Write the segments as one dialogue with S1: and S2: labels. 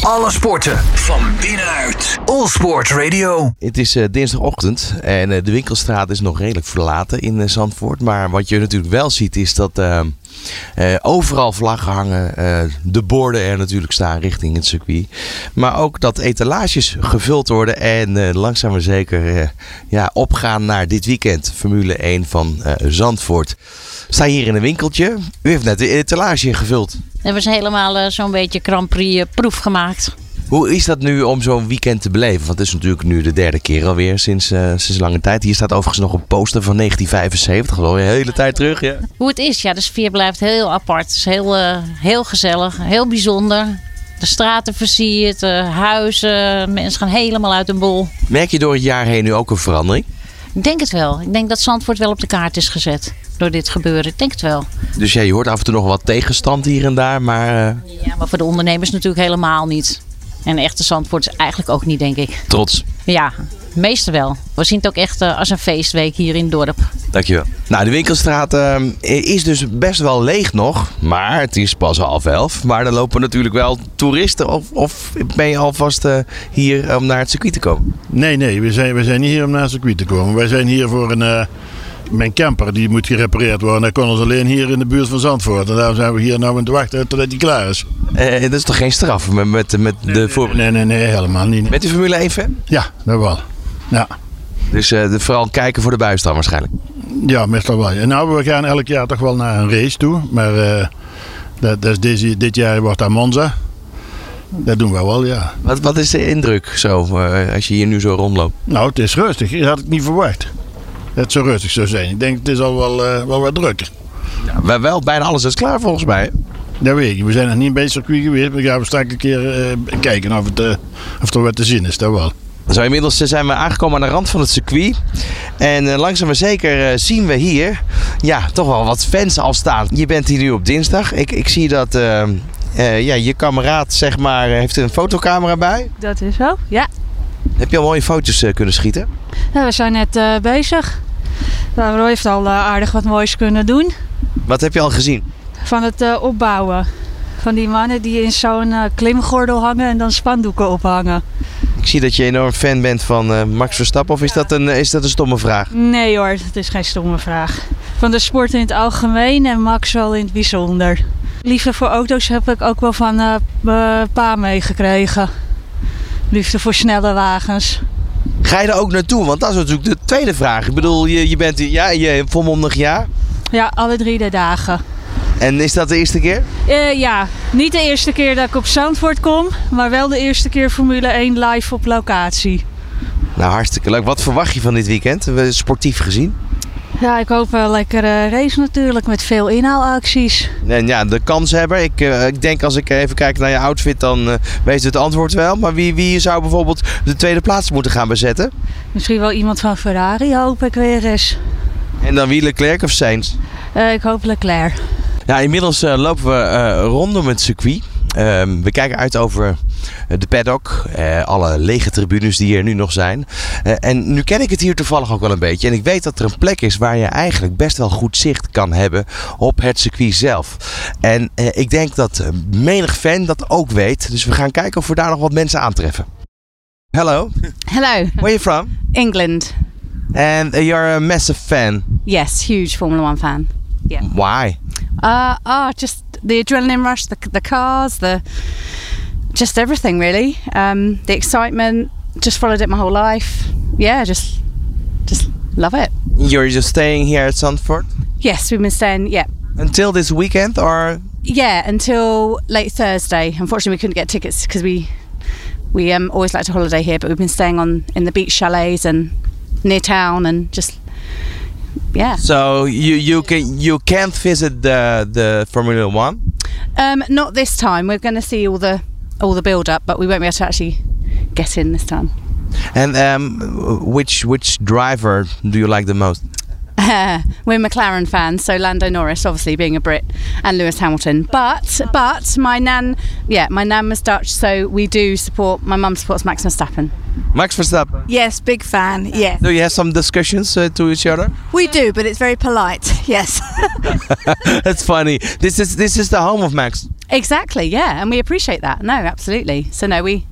S1: Alle sporten van binnenuit. All Sport Radio.
S2: Het is eh, dinsdagochtend en eh, de winkelstraat is nog redelijk verlaten in eh, Zandvoort. Maar wat je natuurlijk wel ziet is dat eh, eh, overal vlaggen hangen. eh, de borden er natuurlijk staan richting het circuit. Maar ook dat etalages gevuld worden en eh, langzaam maar zeker eh, ja, opgaan naar dit weekend. Formule 1 van eh, Zandvoort. We staan hier in een winkeltje. U heeft net de etalage gevuld.
S3: We hebben ze helemaal eh, zo'n beetje Grand Prix eh, proef gemaakt.
S2: Hoe is dat nu om zo'n weekend te beleven? Want het is natuurlijk nu de derde keer alweer sinds, eh, sinds lange tijd. Hier staat overigens nog een poster van 1975, geloof ik. De hele tijd terug, ja.
S3: Hoe het is, ja, de sfeer blijft heel apart. Het is heel, eh, heel gezellig, heel bijzonder. De straten versierd, eh, huizen, mensen gaan helemaal uit hun bol.
S2: Merk je door het jaar heen nu ook een verandering?
S3: Ik denk het wel. Ik denk dat Zandvoort wel op de kaart is gezet door dit gebeuren. Ik denk het wel.
S2: Dus ja, je hoort af en toe nog wat tegenstand hier en daar. Maar eh,
S3: Ja, maar voor de ondernemers natuurlijk helemaal niet. En echte Zandvoort is eigenlijk ook niet, denk ik.
S2: trots.
S3: Ja, meestal wel. We zien het ook echt eh, als een feestweek hier in het dorp.
S2: Dankjewel. Nou, de winkelstraat eh, is dus best wel leeg nog. Maar het is pas half elf. Maar er lopen natuurlijk wel toeristen. Of, of ben je alvast eh, hier om naar het circuit te komen?
S4: Nee, nee, we zijn, we zijn niet hier om naar het circuit te komen. Wij zijn hier voor een. eh, mijn camper die moet gerepareerd worden. Dat kon ons alleen hier in de buurt van Zandvoort. En daarom zijn we hier nou aan het wachten totdat die klaar is.
S2: Eh, dat is toch geen straf met, met, met de voor...
S4: Nee, nee, nee, helemaal niet.
S2: Met de Formule 1 fan?
S4: Ja, dat wel. Ja,
S2: Dus eh, de- vooral kijken voor de buis dan waarschijnlijk.
S4: ja meestal wel. En nou, we gaan elk jaar toch wel naar een race toe. Maar eh, dat, dat is deze, dit jaar wordt dat Monza. Dat doen we wel, ja.
S2: Wat, wat is de indruk zo, eh, als je hier nu zo rondloopt?
S4: Nou, het is rustig. Dat had ik niet verwacht. Dat het zo rustig zou zijn. Ik denk, het is al wel, eh, wel wat drukker.
S2: Wel, wel, bijna alles is klaar volgens mij. hè?
S4: Dat weet ik. We zijn nog niet bij het circuit geweest. We gaan straks een keer eh, kijken of, het, eh, of er wat te zien is. Dat wel.
S2: Zo, inmiddels eh, zijn we aangekomen aan de rand van het circuit. En eh, langzaam maar zeker eh, zien we hier ja, toch wel wat fans al staan. Je bent hier nu op dinsdag. Ik, ik zie dat eh, eh, ja, je kameraad zeg maar, eh, heeft een fotocamera bij.
S5: Dat is zo, ja.
S2: Heb je al mooie foto's eh, kunnen schieten?
S5: we zijn net eh, bezig. Nou, Roy heeft al eh, aardig wat moois kunnen doen.
S2: Wat heb je al gezien?
S5: Van het eh, opbouwen. Van die mannen die in zo'n eh, klimgordel hangen en dan spandoeken ophangen.
S2: Ik zie dat je enorm fan bent van eh, Max Verstappen. Of is, dat een, eh, is dat een stomme vraag?
S5: Nee hoor, dat is geen stomme vraag. Van de sport in het algemeen en Max wel in het bijzonder. Liefde voor auto's heb ik ook wel van eh, mijn pa meegekregen. Liefde voor snelle wagens.
S2: Ga je er ook naartoe? Want dat is natuurlijk de tweede vraag. Ik bedoel, je, je bent hier- ja, je, volmondig ja.
S5: Ja, alle drie de dagen.
S2: En is dat de eerste keer?
S5: Eh, ja, niet de eerste keer dat ik op Zandvoort kom, maar wel de eerste keer Formule 1 live op locatie.
S2: Nou, hartstikke leuk. Wat verwacht je van dit weekend? We- Sportief gezien.
S5: Ja, ik hoop een lekkere race natuurlijk met veel inhaalacties.
S2: En ja, de kanshebber. Ik, eh, ik denk als ik even kijk naar je outfit, dan eh, weet het antwoord wel. Maar wie, wie zou bijvoorbeeld de tweede plaats moeten gaan bezetten?
S5: Misschien wel iemand van Ferrari hoop ik weer eens.
S2: En dan wie Leclerc of Sainz?
S5: Eh, ik hoop Leclerc.
S2: Ja, inmiddels eh, lopen we eh, rondom het circuit. Ehm, we kijken uit over eh, de paddock, eh, alle lege tribunes die er nu nog zijn. Eh, en nu ken ik het hier toevallig ook wel een beetje. En ik weet dat er een plek is waar je eigenlijk best wel goed zicht kan hebben op het circuit zelf. En eh, ik denk dat eh, menig fan dat ook weet. Dus we gaan kijken of we daar nog wat mensen aantreffen. Hello,
S6: Hello,
S2: where are you from?
S6: England.
S2: And eh, you're a massive fan.
S6: Yes, huge Formula One fan.
S2: Why?
S6: Uh, oh, just the adrenaline rush, the, the cars, the just everything really. Um, the excitement. Just followed it my whole life. Yeah, just just love it.
S2: You're just staying here at Sanford
S6: Yes, we've been staying. Yeah,
S2: until this weekend or
S6: yeah, until late Thursday. Unfortunately, we couldn't get tickets because we we um, always like to holiday here, but we've been staying on in the beach chalets and near town and just yeah.
S2: So you you can you can't visit the the Formula One.
S6: Um, not this time. We're going to see all the all the build up, but we won't be able to actually get in this time.
S2: And um, which which driver do you like the most?
S6: We're McLaren fans, so Lando Norris, obviously being a Brit, and Lewis Hamilton. But but my nan, yeah, my nan was Dutch, so we do support. My mum supports Max Verstappen.
S2: Max Verstappen.
S7: Yes, big fan. Yeah,
S2: Do you have some discussions uh, to each other?
S7: we do, but it's very polite. Yes.
S2: That's funny. This is this is the home of Max.
S6: Exactly, yeah, and we appreciate that. No, absolutely. So no, we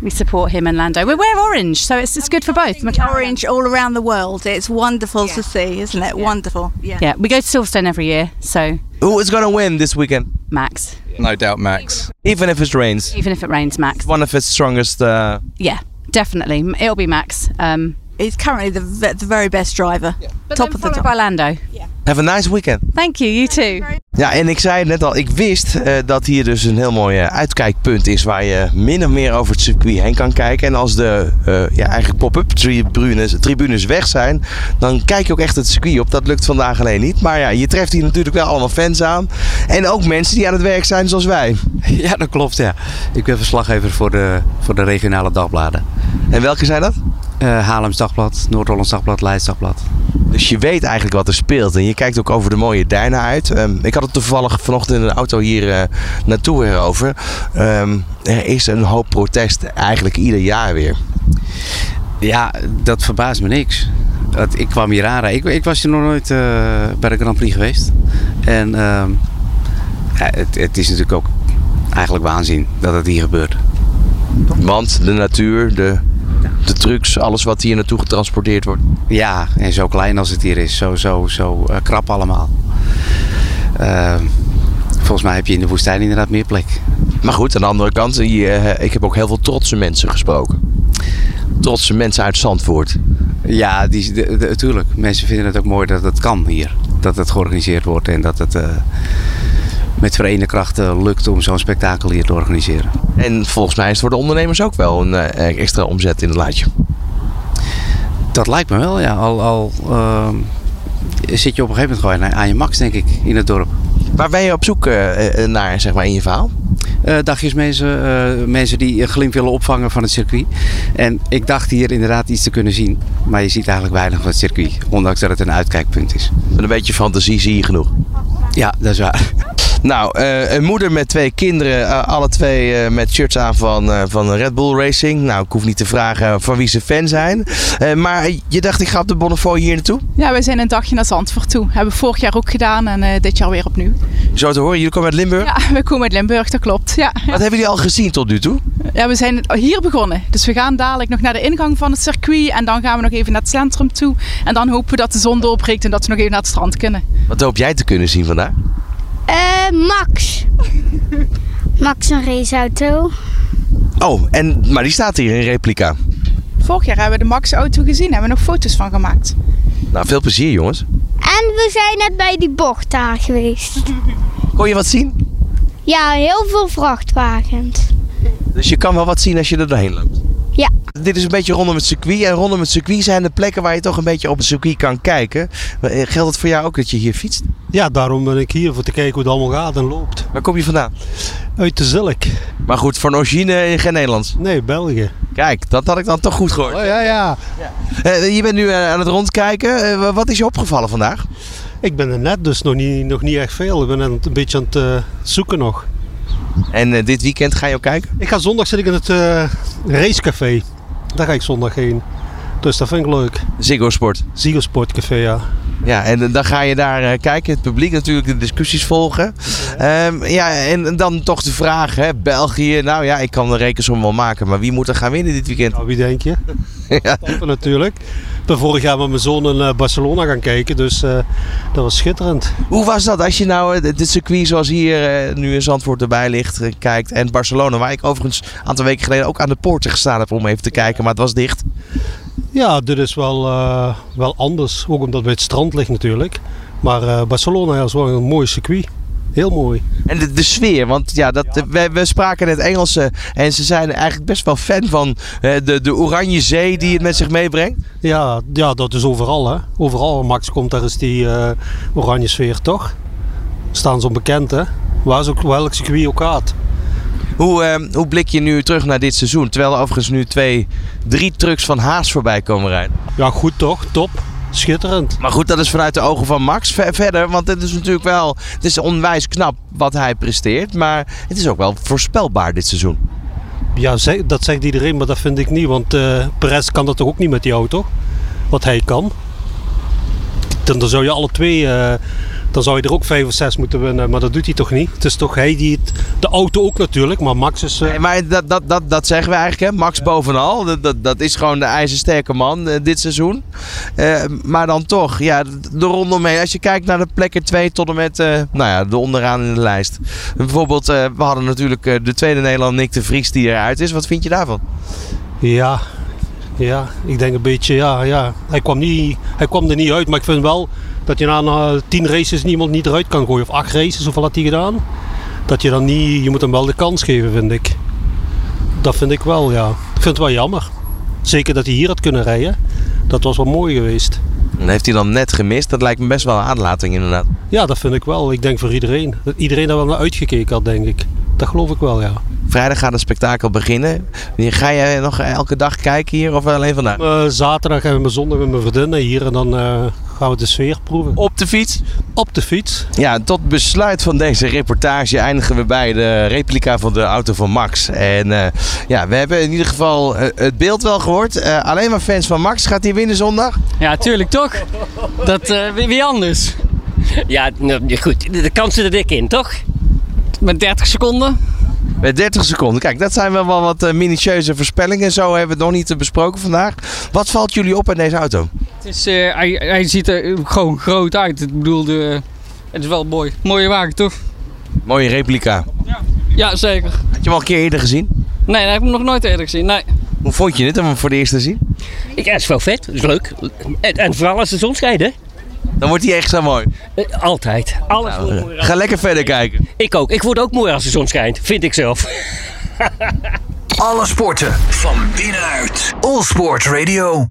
S6: we support him and Lando. We wear orange, so it's it's good for both. McLaren.
S7: Orange all around the world. It's wonderful to see, isn't it? Wonderful.
S6: Yeah, we go to Silverstone every year, so
S2: Who is gonna win this weekend?
S6: Max.
S8: No doubt, Max.
S2: Even if it rains,
S6: Even if it rains, Max.
S2: one of his strongest. Uh,
S6: Yeah, definitely. M- It'll be Max. Um,
S7: He's currently the, ve- the very best driver.
S6: top of the top. By Lando.
S2: have a nice weekend.
S6: Thank you. You too.
S2: Ja, en ik zei het net al, ik wist eh, dat hier dus een heel mooi eh, uitkijkpunt is waar je min of meer over het circuit heen kan kijken. En als de eh, ja, eigenlijk pop-up tribunes, tribunes weg zijn, dan kijk je ook echt het circuit op. Dat lukt vandaag alleen niet. Maar ja, je treft hier natuurlijk wel allemaal fans aan. En ook mensen die aan het werk zijn zoals wij.
S9: Ja, dat klopt, ja. Ik ben verslaggever voor de, voor de regionale dagbladen.
S2: En welke zijn dat?
S9: Eh Haarlems Dagblad, Noord-Hollands Dagblad, Leids Dagblad.
S2: Dus je weet eigenlijk wat er speelt. En je kijkt ook over de mooie duinen uit. Ehm, ik had het toevallig vanochtend in de auto hier eh, naartoe erover. Ehm, er is een hoop protest eigenlijk ieder jaar weer.
S9: Ja, dat verbaast me niks. Dat, ik kwam hier aan. Ik, ik was hier nog nooit eh, bij de Grand Prix geweest. En ehm, ja, het, het is natuurlijk ook eigenlijk waanzin dat het hier gebeurt.
S2: Want de natuur, de, de trucks, alles wat hier naartoe getransporteerd wordt.
S9: Ja, en zo klein als het hier is. Zo, zo, zo eh, krap allemaal. Ehm, volgens mij heb je in de woestijn inderdaad meer plek.
S2: Maar goed, aan de andere kant, je, eh, ik heb ook heel veel trotse mensen gesproken. Trotse mensen uit Zandvoort.
S9: Ja, die, de, de- tuurlijk. Mensen vinden het ook mooi dat het kan hier. Dat het georganiseerd wordt en dat het eh, met verenigde krachten lukt om zo'n spektakel hier te organiseren.
S2: En volgens mij is het voor de ondernemers ook wel een eh, extra omzet in het laadje.
S9: Dat lijkt me wel, ja. Al, al ehm, zit je op een gegeven moment gewoon aan- aan je max, denk ik, in het dorp.
S2: Waar ben je op zoek eh, eh, naar, zeg maar, in je verhaal?
S9: Eh, dagjes mensen, eh, mensen die een glimp willen opvangen van het circuit. En ik dacht hier inderdaad iets te kunnen zien. Maar je ziet eigenlijk weinig van het circuit, ondanks dat het een uitkijkpunt is.
S2: Met een beetje fantasie zie je genoeg.
S9: Ja, dat is waar.
S2: Nou, eh, een moeder met twee kinderen, eh, alle twee eh, met shirts aan van, eh, van Red Bull Racing. Nou, ik hoef niet te vragen van wie ze fan zijn. Eh, maar je dacht, ik ga op de Bonnefoy hier naartoe?
S10: Ja, wij zijn een dagje naar Zandvoort toe. Hebben we vorig jaar ook gedaan en eh, dit jaar weer opnieuw.
S2: Zo te horen, jullie komen uit Limburg.
S10: Ja, we komen uit Limburg, dat klopt. Ja.
S2: Wat hebben jullie al gezien tot nu toe?
S10: ja, we zijn hier begonnen. Dus we gaan dadelijk nog naar de ingang van het circuit. En dan gaan we nog even naar het centrum toe. En dan hopen we dat de zon doorbreekt en dat we nog even naar het strand kunnen.
S2: Wat hoop jij te kunnen zien vandaag?
S11: Eh, Max. Max een raceauto.
S2: Oh, en, maar die staat hier in replica.
S10: Vorig jaar hebben we de Max-auto gezien. Hebben we nog foto's van gemaakt.
S2: Nou, veel plezier jongens.
S11: En we zijn net bij die bocht daar geweest.
S2: Kon je wat zien?
S11: Ja, heel veel vrachtwagens.
S2: Dus je kan wel wat zien als je er doorheen loopt.
S11: Ja.
S2: Dit is een beetje rondom het circuit. En rondom het circuit zijn de plekken waar je toch een beetje op het circuit kan kijken. Eh, Geldt het voor jou ook dat je hier fietst?
S12: Ja, daarom ben ik hier voor te kijken hoe het allemaal gaat en loopt.
S2: Waar kom je vandaan?
S12: Uit de Zilk.
S2: Maar goed, van origine geen Nederlands.
S12: Nee, België.
S2: Kijk, dat had ik dan toch goed gehoord.
S12: Oh ja, ja.
S2: Eh, je bent nu eh, aan het rondkijken. Eh, wat is je opgevallen vandaag?
S12: Ik ben er net, dus nog niet, nog niet echt veel. Ik ben aan het- een beetje aan het eh, zoeken nog.
S2: En eh, dit weekend ga je ook kijken?
S12: Ik ga zondag zit ik in het eh, racecafé. Daar ga ik zondag heen. Dus dat vind ik leuk.
S2: Ziggo Sport.
S12: Ziggo Sportcafé, ja.
S2: Ja, en eh, dan ga je daar eh, kijken. Het publiek natuurlijk, de discussies volgen. Ehm, ja, en dan toch de vraag, hè, België. Nou ja, ik kan de rekensom wel maken. Maar wie moet er gaan winnen dit weekend?
S12: Nou, wie denk je?
S2: Ja.
S12: Stappen natuurlijk. Ik ben vorig jaar met mijn zoon in eh, Barcelona gaan kijken, dus eh, dat was schitterend.
S2: Hoe was dat als je nou eh, dit circuit zoals hier eh, nu in Zandvoort erbij ligt eh, kijkt. En Barcelona, waar ik overigens een aantal weken geleden ook aan de poorten gestaan heb om even te kijken. Maar het was dicht.
S12: Ja, dit is wel, eh, wel anders. Ook omdat het bij het strand ligt natuurlijk. Maar eh, Barcelona ja, is wel een mooi circuit. Heel mooi.
S2: En de, de sfeer, want ja, dat, We, we spraken net Engelsen en ze zijn eigenlijk best wel fan van eh, de, de Oranje Zee die het met zich meebrengt.
S12: Ja, ja dat is overal hè. Overal, Max, komt daar eens die eh, oranje sfeer toch? Staan ze onbekend hè. Waar ze ook, welk circuit ook gaat.
S2: Hoe, eh, hoe blik je nu terug naar dit seizoen? Terwijl er overigens nu twee, drie trucks van Haas voorbij komen rijden.
S12: Ja, goed toch? Top.
S6: schitterend.
S2: Maar goed, dat is vanuit de ogen van Max. Ver- verder, want het is natuurlijk wel... Het is onwijs knap wat hij presteert. Maar het is ook wel voorspelbaar dit seizoen.
S6: Ja, ze- dat zegt iedereen, maar dat vind ik niet. Want eh Perez kan dat toch ook niet met die auto? Wat hij kan. Dan, dan zou je alle twee... eh, dan zou je er ook vijf of zes moeten winnen, maar dat doet hij toch niet? Het is toch hij die het... De auto ook natuurlijk, maar Max is... eh,
S2: Nee, maar dat, dat, dat, dat zeggen we eigenlijk, hè? Max bovenal. Dat, dat, dat is gewoon de ijzersterke man eh, dit seizoen. Eh, maar dan toch, ja, de rondomheen. Als je kijkt naar de plekken 2 tot en met, eh, nou ja, de onderaan in de lijst. Bijvoorbeeld, eh, we hadden natuurlijk eh, de tweede Nederlander, Nick de Vries, die eruit is. Wat vind je daarvan?
S6: Ja, ja, ik denk een beetje, ja, ja. Hij kwam, niet, hij kwam er niet uit, maar ik vind wel dat je na eh, tien races niemand niet eruit kan gooien. Of acht races, hoeveel had hij gedaan? Dat je dan niet, je moet hem wel de kans geven, vind ik. Dat vind ik wel, ja. Ik vind het wel jammer. Zeker dat hij hier had kunnen rijden. Dat was wel mooi geweest.
S2: En heeft hij dan net gemist? Dat lijkt me best wel een aanlating inderdaad.
S6: Ja, dat vind ik wel. Ik denk voor iedereen. Dat iedereen daar wel naar uitgekeken had, denk ik. Dat geloof ik wel, ja.
S2: Vrijdag gaat het spektakel beginnen. Ga jij nog elke dag kijken hier of alleen vandaag?
S6: Eh, zaterdag en zondag met mijn vriendinnen hier en dan eh, gaan we de sfeer proeven.
S2: Op de fiets?
S6: Op de fiets.
S2: Ja, tot besluit van deze reportage eindigen we bij de replica van de auto van Max. En eh, ja, we hebben in ieder geval eh, het beeld wel gehoord. Eh, alleen maar fans van Max. Gaat hij winnen zondag?
S5: Ja, tuurlijk toch? Dat, eh, wie, wie anders? Ja, nou, goed. De, de kans zit er dik in, toch? Met 30 seconden.
S2: Met 30 seconden. Kijk, dat zijn wel wel wat eh, minutieuze voorspellingen. Zo hebben we het nog niet eh, besproken vandaag. Wat valt jullie op aan deze auto?
S5: Het is, eh, hij, hij ziet er gewoon groot uit. Ik bedoel, de, het is wel mooi. Mooie wagen, toch?
S2: Mooie replica.
S5: Ja, zeker.
S2: Had je hem al een keer eerder gezien?
S5: Nee, dat heb ik hem nog nooit eerder gezien. Nee.
S2: Hoe vond je het om hem voor de eerste te zien?
S5: Ik, het is wel vet. Het is leuk. En, en vooral als de zon schijnt, hè?
S2: Dan wordt hij echt zo mooi.
S5: Eh,
S2: Nou, eh,
S5: altijd. Alles wordt mooi.
S2: Ga lekker verder kijken.
S5: Ik ook. Ik word ook mooi als de zon schijnt. Vind ik zelf.
S1: Alle sporten van binnenuit. All Sport Radio.